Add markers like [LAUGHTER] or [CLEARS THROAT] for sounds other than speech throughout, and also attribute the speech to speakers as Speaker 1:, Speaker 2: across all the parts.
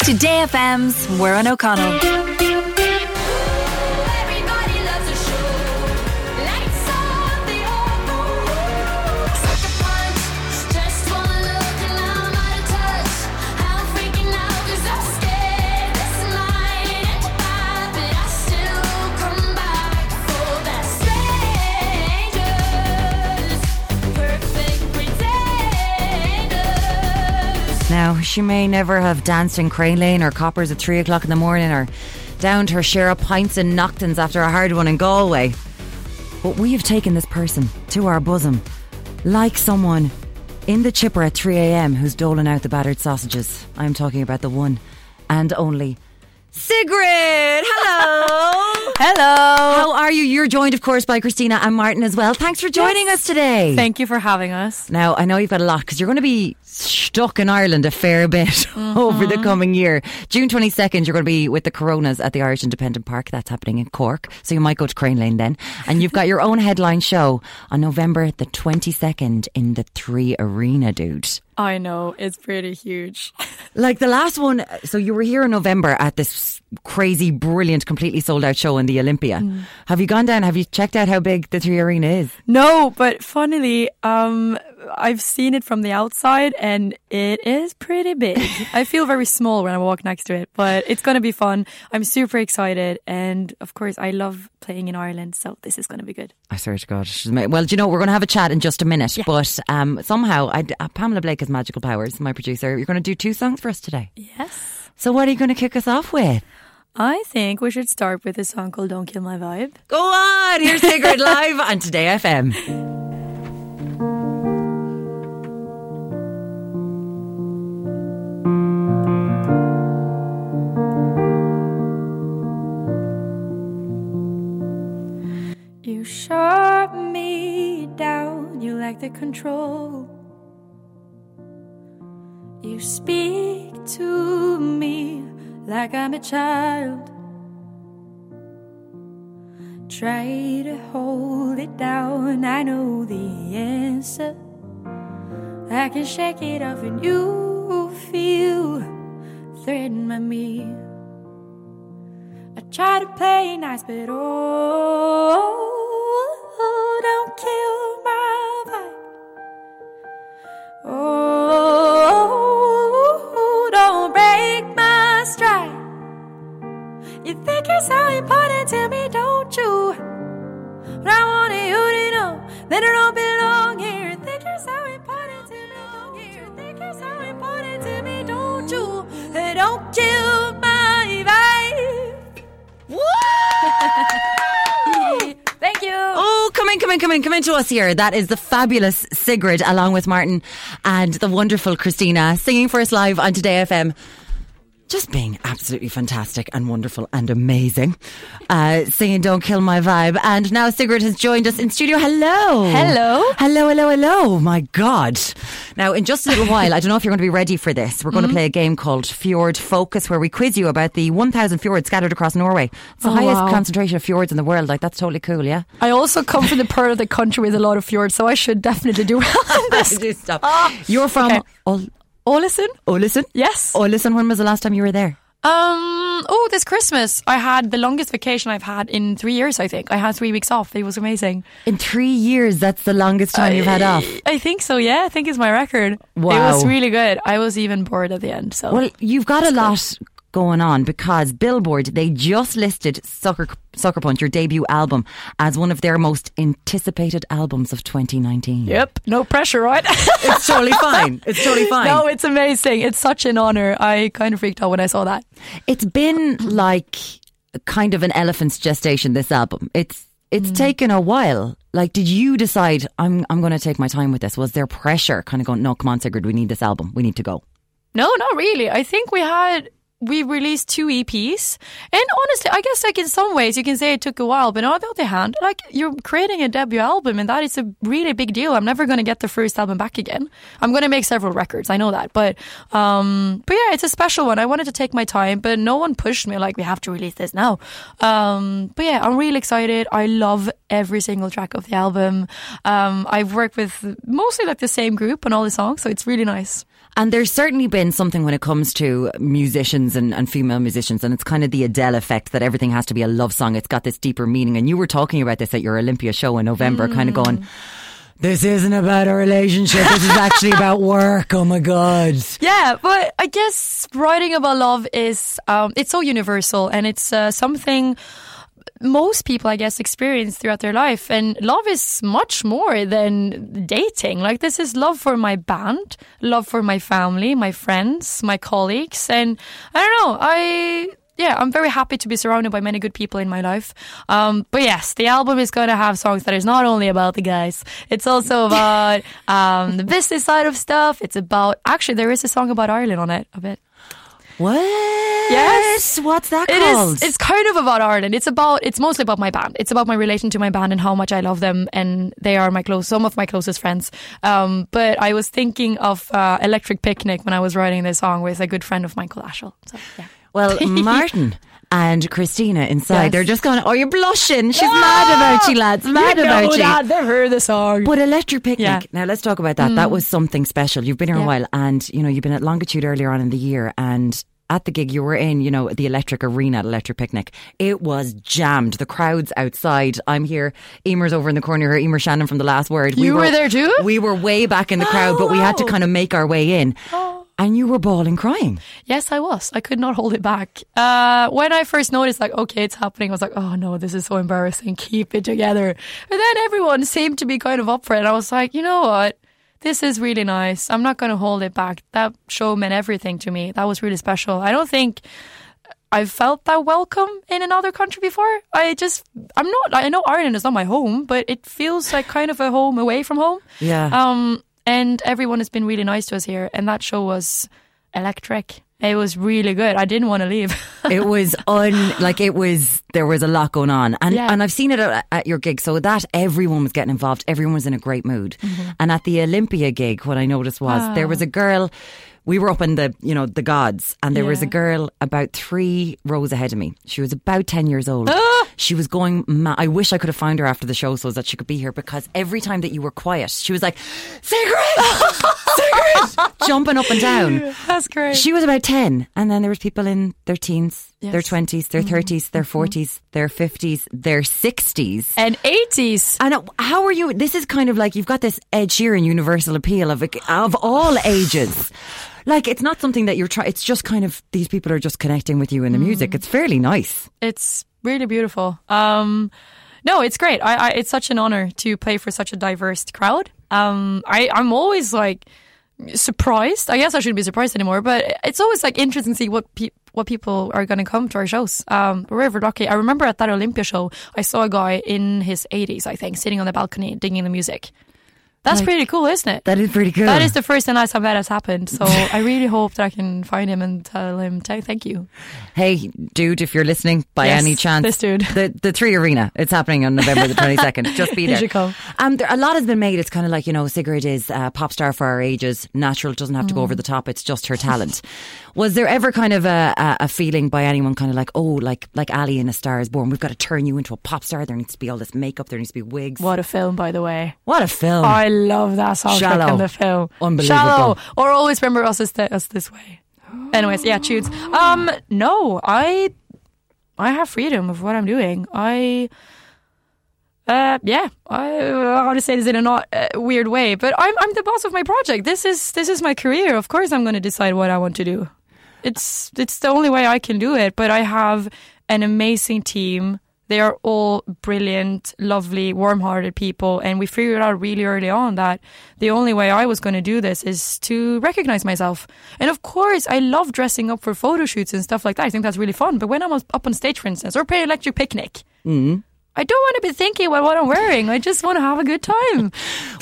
Speaker 1: Today FM's Warren O'Connell.
Speaker 2: Everybody loves a show. Lights on, they all go. Sucker punch, just one look and I'm out of touch. I'm freaking out 'cause I'm scared this might end bad, but I still come back for that strangers, perfect pretenders.
Speaker 3: Now, she may never have danced in Crane Lane or Coppers at 3 o'clock in the morning or downed her share of pints and Noctons after a hard one in Galway. But we have taken this person to our bosom, like someone in the chipper at 3am who's doling out the battered sausages. I'm talking about the one and only Sigrid! Hello!
Speaker 4: Hello.
Speaker 3: How are you? You're joined, of course, by Christina and Martin as well. Thanks for joining us today.
Speaker 4: Thank you for having us.
Speaker 3: Now, I know you've got a lot because you're going to be stuck in Ireland a fair bit [LAUGHS] over the coming year. June 22nd, you're going to be with the Coronas at the Irish Independent Park. That's happening in Cork. So you might go to Crane Lane then. And you've got your own headline show on November the 22nd in the Three Arena, dude.
Speaker 4: I know, it's pretty huge. [LAUGHS]
Speaker 3: Like the last one, so you were here in November at this crazy, brilliant, completely sold out show in the Olympia. Have you gone down? Have you checked out how big the Three Arena is?
Speaker 4: No, but funnily, um, I've seen it from the outside and it is pretty big. [LAUGHS] I feel very small when I walk next to it, but it's going to be fun. I'm super excited. And of course, I love playing in Ireland, so this is going to be good.
Speaker 3: I swear to God. she's ma- Well, do you know, we're going to have a chat in just a minute, but um, somehow, I, uh, Pamela Blake has magical powers, my producer. You're going to do two songs for us today.
Speaker 4: Yes.
Speaker 3: So, what are you going to kick us off with?
Speaker 4: I think we should start with a song called Don't Kill My Vibe.
Speaker 3: Go on! Here's Sigrid Live on Today FM.
Speaker 4: You shut me down, you lack the control. You speak to me like I'm a child. Try to hold it down, I know the answer. I can shake it off, and you feel threatened by me. I try to play nice, but oh, don't kill my vibe. Oh, don't break my stride. You think you're so important to me, don't you? But I want you to know that I don't belong here. You think you're so important to me, don't you? You think you're so important to me, don't you? Hey, don't kill my vibe. [LAUGHS] Thank you.
Speaker 3: Oh, come in, come in, come in, come in to us here. That is the fabulous Sigrid along with Martin and the wonderful Christina singing for us live on Today FM. Just being absolutely fantastic and wonderful and amazing. Uh, singing Don't Kill My Vibe. And now Sigrid has joined us in studio. Hello.
Speaker 4: Hello.
Speaker 3: Hello, hello, hello. My God. Now, in just a little while, I don't know if you're going to be ready for this. We're going
Speaker 5: Mm-hmm.
Speaker 3: to play a game called Fjord Focus where we quiz you about the 1,000 fjords scattered across Norway. It's the
Speaker 5: Oh,
Speaker 3: highest
Speaker 5: wow.
Speaker 3: concentration of fjords in the world. Like, that's totally cool, yeah?
Speaker 5: I also come from the part of the country with a lot of fjords, so I should definitely do well on
Speaker 3: [LAUGHS]
Speaker 4: [LAUGHS]
Speaker 5: this.
Speaker 3: Do stop. You're from
Speaker 5: okay.
Speaker 3: Ol-
Speaker 5: Olesen?
Speaker 3: Olesen?
Speaker 5: Yes.
Speaker 3: Olesen, when was the last time you were there?
Speaker 5: Um. Oh, this Christmas I had the longest vacation I've had in three years. I think I had three weeks off. It was amazing.
Speaker 3: In three years, that's the longest time you've had off.
Speaker 5: I think so. Yeah, I think it's my record.
Speaker 3: Wow.
Speaker 5: It was really good. I was even bored at the end. So
Speaker 3: Well, you've got a lot going on because Billboard, they just listed Sucker, Sucker Punch, your debut album, as one of their most anticipated albums of 2019.
Speaker 5: yep. No pressure, right? [LAUGHS]
Speaker 3: It's [LAUGHS] totally fine. It's totally fine.
Speaker 5: no, it's amazing. It's such an honor. I kind of freaked out when I saw that.
Speaker 3: it's been like kind of an elephant's gestation this album it's it's taken a while like did you decide i'm i'm going to take my time with this was there pressure kind of going no come on sigrid we need this album we need to go
Speaker 5: No, not really. I think we had we released two EPs, and honestly, I guess like in some ways you can say it took a while, but on the other hand, like you're creating a debut album, and that is a really big deal. I'm never gonna get the first album back again. I'm gonna make several records, I know that, but um, but yeah, it's a special one. I wanted to take my time, but no one pushed me like we have to release this now. Um, but yeah, I'm really excited. I love every single track of the album. Um, I've worked with mostly like the same group on all the songs, so it's really nice.
Speaker 3: And there's certainly been something when it comes to musicians and, and female musicians, and it's kind of the Adele effect that everything has to be a love song. It's got this deeper meaning. And you were talking about this at your Olympia show in November, kind of going, This isn't about a relationship. This is actually about work. Oh my God.
Speaker 5: [LAUGHS] Yeah, but I guess writing about love is um, it's so universal and it's uh, something most people I guess experience throughout their life and love is much more than dating. Like this is love for my band, love for my family, my friends, my colleagues and I don't know, I yeah, I'm very happy to be surrounded by many good people in my life. Um, but yes, the album is going to have songs that is not only about the guys, it's also about um, the business side of stuff. It's about, actually, there is a song about Ireland on it, a bit.
Speaker 3: What?
Speaker 5: Yes.
Speaker 3: What's that
Speaker 5: It
Speaker 3: called?
Speaker 5: is. It's kind of about Ireland. It's about. It's mostly about my band. It's about my relation to my band and how much I love them, and they are my close, some of my closest friends. Um, but I was thinking of uh, Electric Picnic when I was writing this song with a good friend of mine, called Ashel. So yeah. [LAUGHS]
Speaker 3: well, Martin. And Christina inside,
Speaker 5: Yes.
Speaker 3: they're just going, Oh, you're blushing. She's mad about you, lads. Mad about you.
Speaker 5: They heard the song.
Speaker 3: But electric picnic.
Speaker 5: Yeah. Mm.
Speaker 3: Now let's talk about that. That was something special. You've been here a
Speaker 5: Yeah.
Speaker 3: while, and you know you've been at Longitude earlier on in the year, and at the gig you were in, you know, the Electric Arena at Electric Picnic, it was jammed. The crowds outside. I'm here. Emer's over in the corner here. Emer Shannon from the Last Word.
Speaker 5: You were there too? Oh.
Speaker 3: We were way back in the crowd, but we had to
Speaker 5: wow.
Speaker 3: kind of make our way in.
Speaker 5: Oh.
Speaker 3: And you were bawling, crying.
Speaker 5: Yes, I was. I could not hold it back. Uh, when I first noticed, like, okay, it's happening, I was like, oh no, this is so embarrassing. [LAUGHS] Keep it together. But then everyone seemed to be kind of up for it. I was like, you know what? This is really nice. I'm not going to hold it back. That show meant everything to me. That was really special. I don't think I've felt that welcome in another country before. I just, I'm not, I know Ireland is not my home, but it feels like kind of a home away from home.
Speaker 3: Yeah.
Speaker 5: Um, and everyone has been really nice to us here, and that show was electric. It was really good. I didn't want to leave.
Speaker 3: it was un like it was there was a lot going on and
Speaker 5: Yeah.
Speaker 3: and I've seen it at, at your gig so that everyone was getting involved everyone was in a great mood
Speaker 5: Mm-hmm.
Speaker 3: and at the Olympia gig what I noticed was there
Speaker 5: Ah.
Speaker 3: was a girl we were up in the you know the gods and there was a
Speaker 5: Yeah.
Speaker 3: girl about 3 rows ahead of me she was about 10 years old
Speaker 5: Ah!
Speaker 3: she was going ma- I wish I could have found her after the show so that she could be here because every time that you were quiet she was like cigarette
Speaker 5: [LAUGHS]
Speaker 3: cigarette jumping up and down
Speaker 5: [LAUGHS] That's great.
Speaker 3: she was about 10 and then there was people in their teens their
Speaker 5: Yes. Mm-hmm.
Speaker 3: 20s their 30s their 40s their 50s their 60s
Speaker 5: and 80s.
Speaker 3: and how are you this is kind of like you've got this Ed Sheeran universal appeal of of all ages like it's not something that you're trying it's just kind of these people are just connecting with you in the
Speaker 5: Mm.
Speaker 3: music it's fairly nice
Speaker 5: It's really beautiful. Um, no, it's great. I, I, it's such an honor to play for such a diverse crowd. Um, I, I'm always like surprised. I guess I shouldn't be surprised anymore, but it's always like interesting to see what pe- what people are going to come to our shows. Um, we're very lucky. I remember at that Olympia show, I saw a guy in his 80s, I think, sitting on the balcony digging the music. That's
Speaker 3: Like-
Speaker 5: pretty cool, isn't it?
Speaker 3: that is pretty good
Speaker 5: that is the first and last time that has happened. [LAUGHS] So I really hope that I can find him and tell him, "Thank- thank you.
Speaker 3: hey dude if you're listening by
Speaker 5: Yes,
Speaker 3: any chance
Speaker 5: this dude.
Speaker 3: the, the three arena it's happening on November the 22nd just be
Speaker 5: [LAUGHS] You
Speaker 3: there
Speaker 5: should come.
Speaker 3: Um, there, a lot has been made. It's kind of like you know, Sigrid is a pop star for our ages. Natural doesn't have to go over the top. It's just her
Speaker 5: [LAUGHS]
Speaker 3: talent. Was there ever kind of a, a, a feeling by anyone, kind of like, oh, like like Ali in A Star Is Born, we've got to turn you into a pop star. There needs to be all this makeup. There needs to be wigs.
Speaker 5: What a film, by the way.
Speaker 3: What a film!
Speaker 5: I love that soundtrack
Speaker 3: Shallow.
Speaker 5: in the film.
Speaker 3: Unbelievable.
Speaker 5: Shallow. Or always remember us, is th- us this way. [GASPS] Anyways, yeah, tunes. Um, no, I, I have freedom of what I'm doing. I, uh, yeah, I how to say this in a not uh, weird way, but I'm I'm the boss of my project. This is this is my career. Of course, I'm going to decide what I want to do. It's it's the only way I can do it. But I have an amazing team. They are all brilliant, lovely, warm-hearted people, and we figured out really early on that the only way I was going to do this is to recognize myself. And of course, I love dressing up for photo shoots and stuff like that. I think that's really fun. But when I'm up on stage, for instance, or play Electric Picnic, I don't want to be thinking about what I'm wearing. I just want to have a good time.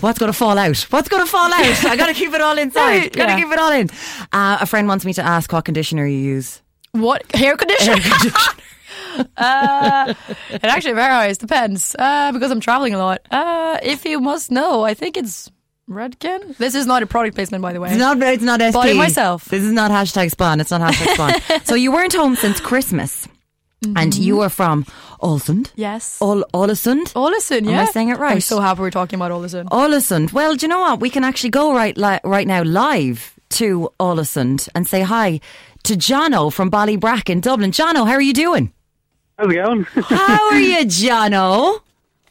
Speaker 3: What's going to fall out? What's going to fall out? I got to keep it
Speaker 5: [LAUGHS]
Speaker 3: all inside.
Speaker 5: Right,
Speaker 3: Got to
Speaker 5: yeah.
Speaker 3: keep it all in. Uh, a friend wants me to ask what conditioner you use.
Speaker 5: What hair conditioner? [LAUGHS]
Speaker 3: [LAUGHS]
Speaker 5: uh, it actually varies. Depends. Uh, because I'm traveling a lot. Uh, if you must know, I think it's Redken. This is not a product placement, by the way.
Speaker 3: It's not. It's not. SP.
Speaker 5: Body myself.
Speaker 3: This is not hashtag spawn. It's not hashtag
Speaker 5: [LAUGHS]
Speaker 3: spawn. so you weren't home since Christmas, and you are from Olsund.
Speaker 5: Mm-hmm. Yes.
Speaker 3: Ol- Olesund.
Speaker 5: Olesen,
Speaker 3: Oh. Am
Speaker 5: yeah.
Speaker 3: I saying it right? Oh,
Speaker 5: I'm so happy we're talking about Olesen.
Speaker 3: Olesund. Well, do you know what? We can actually go right li- right now live to Olesund and say hi to Jono from Ballybrack in Dublin. Jono, how are you doing?
Speaker 6: How's it going? [LAUGHS]
Speaker 3: How are
Speaker 5: [LAUGHS]
Speaker 3: you, Jono?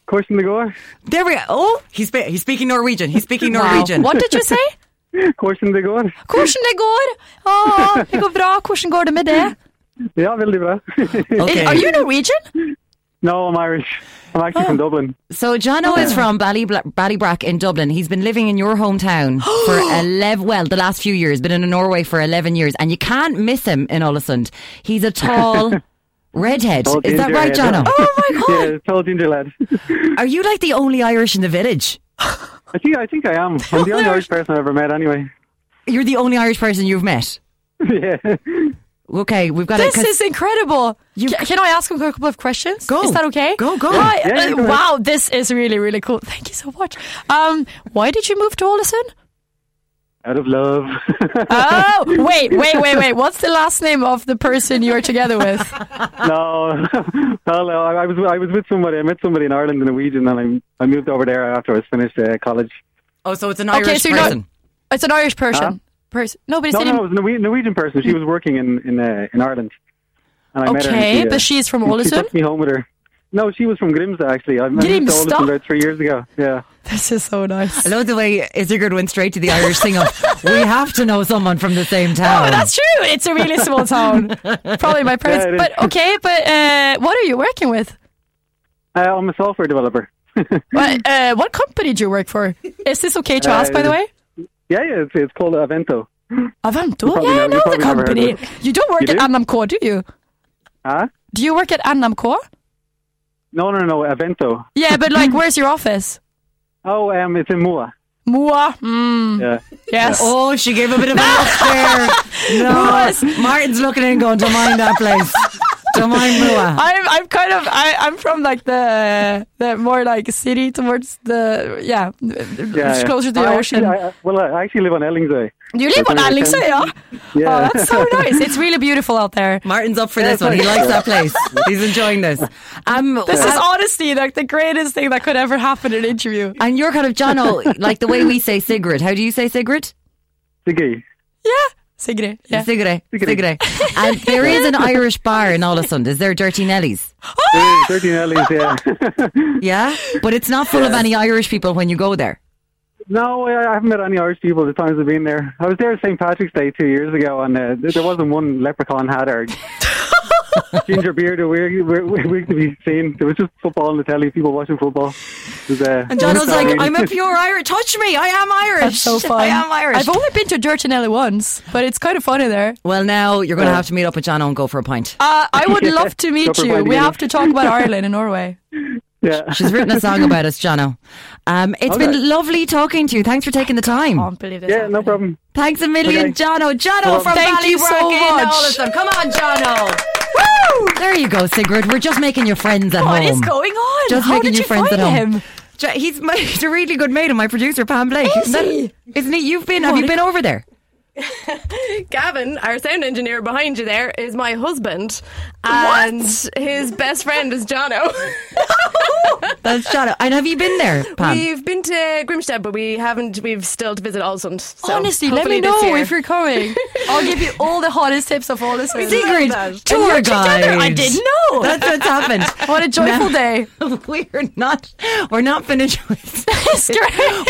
Speaker 6: Course in the gore. [LAUGHS]
Speaker 3: There we go. Oh, he's, spe- he's speaking Norwegian. He's speaking Norwegian.
Speaker 5: What did
Speaker 3: [LAUGHS]
Speaker 5: you say?
Speaker 6: Course in the gore.
Speaker 5: Hvordan det går? Åh, Oh,
Speaker 3: [LAUGHS]
Speaker 5: det går bra. Hvordan går det med det?
Speaker 6: Ja, veldig bra.
Speaker 3: Okay.
Speaker 5: Are you
Speaker 3: [LAUGHS]
Speaker 5: Norwegian?
Speaker 6: [LAUGHS] no, I'm Irish. I'm actually
Speaker 5: Oh.
Speaker 6: from Dublin.
Speaker 3: So Jono is from Bally, Ballybrack in Dublin. He's been living in your
Speaker 5: [GASPS]
Speaker 3: hometown for 11, well, the last few years, been in Norway for 11 years and you can't miss him in Olesund. He's a
Speaker 5: [LAUGHS]
Speaker 3: tall redhead.
Speaker 6: Tall
Speaker 3: is that
Speaker 6: ginger
Speaker 3: right,
Speaker 6: head.
Speaker 3: Jono?
Speaker 5: Oh my god.
Speaker 6: Yeah, tall ginger lad.
Speaker 3: Are you like the only Irish in the village?
Speaker 6: I think I think I am.
Speaker 5: [LAUGHS]
Speaker 6: I'm the only Irish person I've ever met, anyway. [LAUGHS]
Speaker 3: You're the only Irish person you've met.
Speaker 6: yeah.
Speaker 3: Okay, we've got
Speaker 5: This
Speaker 3: to.
Speaker 5: is incredible. Ca- can I ask him a couple of questions?
Speaker 3: Go.
Speaker 5: Is that okay?
Speaker 3: Go, go.
Speaker 5: Hi,
Speaker 6: Yeah, yeah,
Speaker 5: uh,
Speaker 6: go ahead.
Speaker 5: wow, this is really, really cool. Thank you so much. Um, why did you move to
Speaker 6: [LAUGHS]
Speaker 5: Olesund?
Speaker 6: Out of love. [LAUGHS]
Speaker 5: Oh, wait, wait, wait, wait. What's the last name of the person you are together with?
Speaker 6: [LAUGHS] no. Well, I I was I was with somebody. I met somebody in Ireland, a Norwegian, and I I moved over there after I was finished uh, college.
Speaker 3: Oh, so it's an
Speaker 5: Okay,
Speaker 3: Irish
Speaker 5: so you're not-
Speaker 3: person.
Speaker 5: It's an Irish person. Person. No, but it's
Speaker 6: No,
Speaker 5: in.
Speaker 6: no, it was a Norwe- Norwegian person. She was working in in uh, in Ireland, and I met her. and
Speaker 5: okay,
Speaker 6: she, uh,
Speaker 5: but she's from
Speaker 6: She
Speaker 5: Olesund.
Speaker 6: took me home with her. No, she was from Grimsda actually. I I moved to
Speaker 5: Grimsda?
Speaker 6: Olesund about three years ago. Yeah.
Speaker 5: [LAUGHS] This is so nice.
Speaker 3: I love the way Isigurd went straight to the Irish thing of, we have to know someone from the same town.
Speaker 5: [LAUGHS] Oh, that's true. It's a really
Speaker 6: [LAUGHS]
Speaker 5: small town. Probably my parents.
Speaker 6: Yeah, it is.
Speaker 5: but okay, but uh, what are you working
Speaker 6: [LAUGHS]
Speaker 5: with?
Speaker 6: Uh, I'm a software developer. [LAUGHS]
Speaker 5: What, uh, what company do you work for? Is this okay to
Speaker 6: Uh,
Speaker 5: ask, by the way?
Speaker 6: Yeah, yeah, it's, it's called Avento.
Speaker 5: Avanto?
Speaker 6: probably
Speaker 5: Yeah, I
Speaker 6: never-
Speaker 5: know
Speaker 6: you
Speaker 5: the
Speaker 6: probably never heard
Speaker 5: company.
Speaker 6: of
Speaker 5: You don't work
Speaker 6: You
Speaker 5: at
Speaker 6: do?
Speaker 5: Annamco, do you?
Speaker 6: Huh?
Speaker 5: Do you work at Annamco?
Speaker 6: No, no, no, Avento.
Speaker 5: Yeah, but
Speaker 6: [CLEARS THROAT]
Speaker 5: like, where's your office?
Speaker 6: Oh, um, it's in Mua.
Speaker 5: Mua. Mm,
Speaker 6: Yeah.
Speaker 5: [LAUGHS] yes.
Speaker 3: Oh, she gave a bit of a look
Speaker 5: [LAUGHS]
Speaker 3: there. No, Martin's looking in, going, "Don't mind that place. Don't mind Mua."
Speaker 5: I'm I'm kind of I, I'm from like the the more like city towards the yeah,
Speaker 6: Yeah,
Speaker 5: it's
Speaker 6: yeah.
Speaker 5: closer to
Speaker 6: I
Speaker 5: the ocean.
Speaker 6: actually- I- I- well, I actually live on Ellingsay.
Speaker 5: you live
Speaker 6: that's
Speaker 5: on
Speaker 6: where I
Speaker 5: Alexa,
Speaker 6: came.
Speaker 5: yeah?
Speaker 6: Yeah. [LAUGHS]
Speaker 5: Oh, that's so nice. It's really beautiful out there.
Speaker 3: Martin's up for this one. He likes that place. He's enjoying this. Um,
Speaker 5: This is
Speaker 3: uh,
Speaker 5: honestly like the greatest thing that could ever happen in an interview.
Speaker 3: and you're kind of Jono, like the way we say Sigrid. How do you say Sigrid?
Speaker 6: Siggy.
Speaker 5: Yeah, Sigrid.
Speaker 6: [LAUGHS]
Speaker 5: Yeah.
Speaker 3: Sigrid. Sigrid. And there is an Irish bar in Olesund. Is there Dirty Nellies?
Speaker 6: Hey, 13 Ellies,
Speaker 5: [LAUGHS]
Speaker 6: yeah.
Speaker 3: Yeah, but it's not full of any Irish people when you go there.
Speaker 6: no, I I haven't met any Irish people the times I've been there. I was there at St. Patrick's Day two years ago, and uh, there- there wasn't one leprechaun hat or ginger beard or weird, weird, weird to be seen. There was just football on the telly, people watching football. It was, uh,
Speaker 3: And Jono's like,
Speaker 6: [LAUGHS] exciting.
Speaker 3: "I'm a pure Irish. Touch me. I am Irish.
Speaker 5: That's so fun.
Speaker 3: I am Irish."
Speaker 5: I've only been to Dirtinelli once, but it's kind of funny there.
Speaker 3: well, now you're going to have to meet up with Jono and go for a pint.
Speaker 5: Uh, I would love
Speaker 6: [LAUGHS]
Speaker 5: to meet
Speaker 6: Proper
Speaker 5: you.
Speaker 6: binding
Speaker 5: We
Speaker 6: up.
Speaker 5: have to talk about Ireland and
Speaker 6: [LAUGHS]
Speaker 5: Norway.
Speaker 3: [LAUGHS]
Speaker 6: Yeah.
Speaker 3: She's written a song about us, Jono. Um, it's
Speaker 6: Okay.
Speaker 3: been lovely talking to you. Thanks for taking the time.
Speaker 5: Can't believe this.
Speaker 6: Yeah, no problem.
Speaker 3: Thanks a million,
Speaker 6: Okay.
Speaker 3: Jono. Jono from
Speaker 5: Thank you
Speaker 3: Ballybrack
Speaker 5: so
Speaker 3: in
Speaker 5: much.
Speaker 3: Olesen. Come on, Jono. Woo! There you go, Sigrid. We're just making your friends at
Speaker 5: What
Speaker 3: home.
Speaker 5: Oh, is going on?
Speaker 3: Just
Speaker 5: How
Speaker 3: making
Speaker 5: did
Speaker 3: your
Speaker 5: you
Speaker 3: friends
Speaker 5: find
Speaker 3: at home.
Speaker 5: him?
Speaker 3: Jo- He's, my, [LAUGHS] he's a really good mate of my producer, Pam Blake.
Speaker 5: Is
Speaker 3: Isn't
Speaker 5: he?
Speaker 3: that- Isn't he? You've been, have you been over there?
Speaker 7: Gavin, our sound engineer behind you there, is my husband, and his best friend is Jono.
Speaker 3: That's Jono. And have you been
Speaker 5: [LAUGHS]
Speaker 3: there, Pam?
Speaker 7: we've been to Grimstead, but we haven't. We've still to visit Olsund. So
Speaker 5: Honestly, let me
Speaker 7: hopefully
Speaker 5: know
Speaker 7: this year.
Speaker 5: if you're coming. I'll give you all the hottest tips of
Speaker 3: [LAUGHS]
Speaker 5: all this.
Speaker 3: Sigrid,
Speaker 5: you're
Speaker 3: tour guide.
Speaker 5: together. I didn't know.
Speaker 3: That's what's
Speaker 5: [LAUGHS]
Speaker 3: happened. [LAUGHS]
Speaker 5: What a joyful
Speaker 3: Now- [LAUGHS]
Speaker 5: day.
Speaker 3: we're not, we're not finished with
Speaker 5: It's [LAUGHS] great.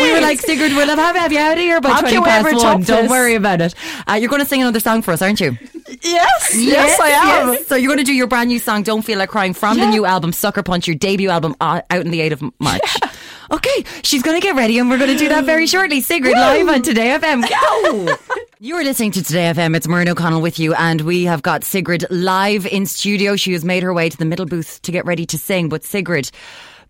Speaker 3: [LAUGHS] We were like, Sigurd, we'll have, have you out of here by
Speaker 5: How
Speaker 3: 20
Speaker 5: can we
Speaker 3: past
Speaker 5: ever
Speaker 3: one.
Speaker 5: top
Speaker 3: Don't
Speaker 5: this?
Speaker 3: worry about it. Uh, you're going to sing another song for us, aren't you?
Speaker 5: yes, yes, I am.
Speaker 3: yes. So you're going to do your brand new song, Don't Feel Like Crying, from the new album, Sucker Punch, your debut album, uh, out on the 8th of March. Okay, she's going to get ready and we're going to do that very shortly. Sigrid live on Today FM. Go! [LAUGHS] You are listening to Today FM. It's Maureen O'Connell with you, and we have got Sigrid live in studio. She has made her way to the middle booth to get ready to sing. But Sigrid,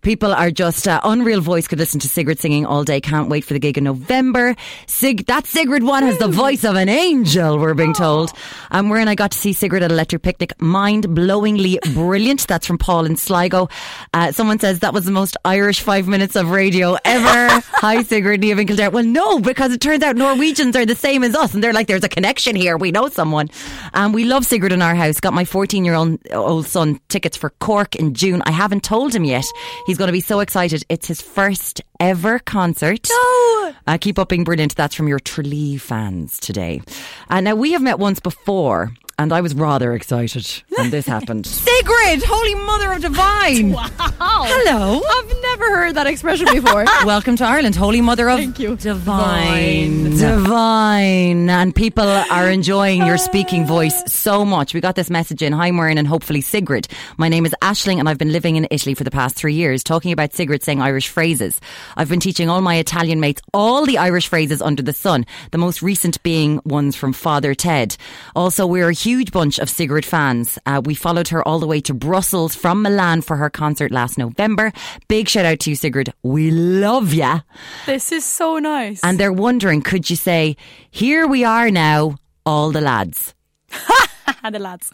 Speaker 3: people are just uh, unreal. Voice could listen to Sigrid singing all day. Can't wait for the gig in November. Sig, that Sigrid one has the voice of an angel. We're being told. And Maureen, I got to see Sigrid at Electric Picnic. Mind blowingly brilliant. That's from Paul in Sligo. Uh, someone says that was the most Irish five minutes of radio ever. Hi, Sigrid Neve in Kildare. Well, no, because it turns out Norwegians are the same as us, and they're like, there's a connection here. We know someone. Um, we love Sigrid in our house. Got my 14 year old old son tickets for Cork in June. I haven't told him yet. He He's going to be so excited. It's his first ever concert. Uh, keep up being brilliant. That's from your Tralee fans today. Uh, now, we have met once before, and I was rather excited when [LAUGHS] this happened. Sigrid, Holy Mother of Divine! wow. Hello. Ah.
Speaker 5: I've never heard that expression before.
Speaker 3: Welcome to Ireland, Holy Mother of
Speaker 5: Thank you.
Speaker 3: Divine. Divine. And people are enjoying your speaking voice so much. We got this message in. Hi, Maureen, and hopefully Sigrid. My name is Ashling, and I've been living in Italy for the past three years, talking about Sigrid saying Irish phrases. I've been teaching all my Italian mates all the Irish phrases under the sun, the most recent being ones from Father Ted. Also, we're a huge bunch of Sigrid fans. Uh, we followed her all the way to Brussels from Milan for her concert last November. Big shout out to you, Sigrid. We love ya.
Speaker 5: [LAUGHS] this is so nice.
Speaker 3: And they're wondering, could you say, here we are now, all the lads?
Speaker 5: the lads.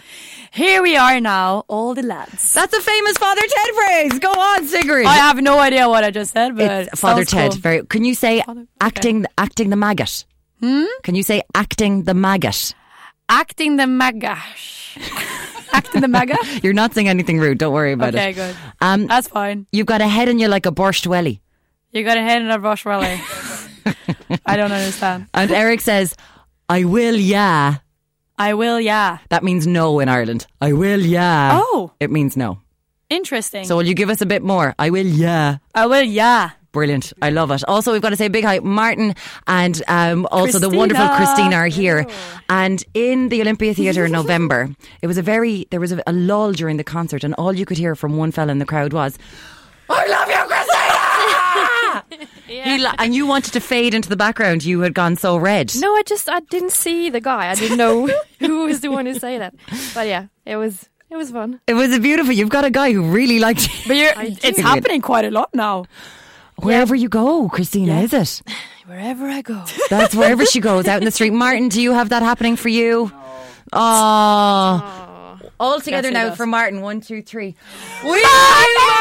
Speaker 5: Here we are now, all the lads.
Speaker 3: That's a famous Father Ted phrase. Go on, Sigrid.
Speaker 5: I have no idea what I just said, but
Speaker 3: it's Father
Speaker 5: sounds
Speaker 3: Ted.
Speaker 5: cool.
Speaker 3: Very. Can you say acting, acting the maggot? Hmm? Can you say acting the maggot?
Speaker 5: Acting the magash. Acting the maga?
Speaker 3: You're not saying anything rude. Don't worry about
Speaker 5: Okay,
Speaker 3: it.
Speaker 5: good.
Speaker 3: Um,
Speaker 5: That's fine.
Speaker 3: you've got a head and you're like a borscht welly.
Speaker 5: You got a head in a brush rally. I don't understand.
Speaker 3: And Eric says, I will, yeah.
Speaker 5: I will, yeah.
Speaker 3: That means no in Ireland. I will, yeah.
Speaker 5: Oh,
Speaker 3: It means no.
Speaker 5: interesting.
Speaker 3: So will you give us a bit more? I will, yeah.
Speaker 5: I will, yeah.
Speaker 3: Brilliant. I love it. Also, we've got to say a big hi, Martin, and um, also the
Speaker 5: Christina.
Speaker 3: wonderful Christina are here. And in the Olympia Theatre in November, it was a very, there was a, a lull during the concert, and all you could hear from one fella in the crowd was, I love you, Christina!
Speaker 5: [LAUGHS]
Speaker 3: He lo- and you wanted to fade into the background. You had gone so red.
Speaker 8: No, I just I didn't see the guy. I didn't know who was the one who say that. But yeah, it was it was fun.
Speaker 3: It was a beautiful, you've got a guy who really liked you.
Speaker 5: But you're, it's
Speaker 3: do.
Speaker 5: happening quite a lot now.
Speaker 3: Wherever you go, Christina, is it?
Speaker 8: Wherever I go,
Speaker 3: That's wherever she goes, out in the street. Martin, do you have that happening for you? Oh. All together now for Martin. One, two, three. We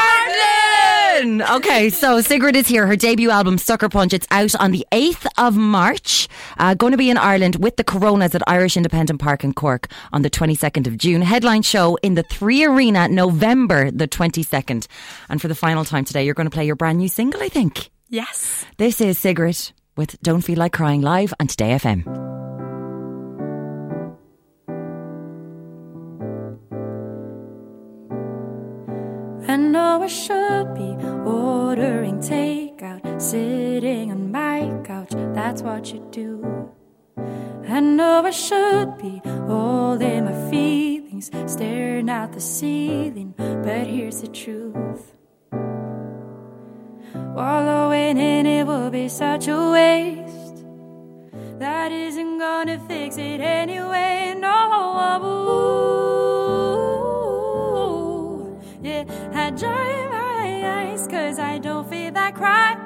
Speaker 3: are Martin! Okay, so Sigrid is here. Her debut album, Sucker Punch, it's out on the 8th of March. Uh, going to be in Ireland with the Coronas at Irish Independent Park in Cork on the 22nd of June. Headline show in the Three Arena, November the 22nd. And for the final time today, you're going to play your brand new single, I think.
Speaker 5: Yes.
Speaker 3: This is Sigrid with Don't Feel Like Crying Live on Today FM.
Speaker 4: I know I should be ordering takeout, sitting on my couch, that's what you do. I know I should be holding my feelings, staring at the ceiling, but here's the truth. Wallowing in it will be such a waste. That isn't gonna fix it anyway. No, I will. Yeah, I dry my eyes cause I don't feel like crying.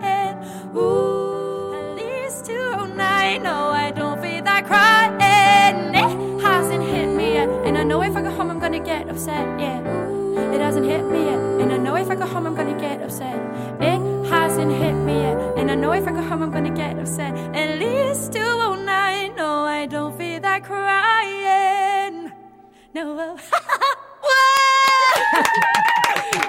Speaker 4: Ooh, at least tonight. No, I don't feel like crying. It hasn't hit me yet. And I know if I go home, I'm gonna get upset. Yeah, it hasn't hit me yet. And I know if I go home, I'm gonna get upset. It hasn't hit me yet. And I know if I go home, I'm gonna get upset. At least till all night. No, I don't feel that crying. No, I.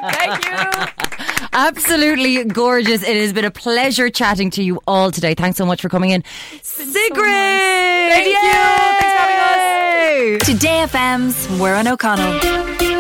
Speaker 4: Thank you.
Speaker 3: Absolutely gorgeous. It has been a pleasure chatting to you all today. Thanks so much for coming in. Sigrid! Thank
Speaker 5: you. Thanks for having us.
Speaker 1: Today FM's Warren O'Connell.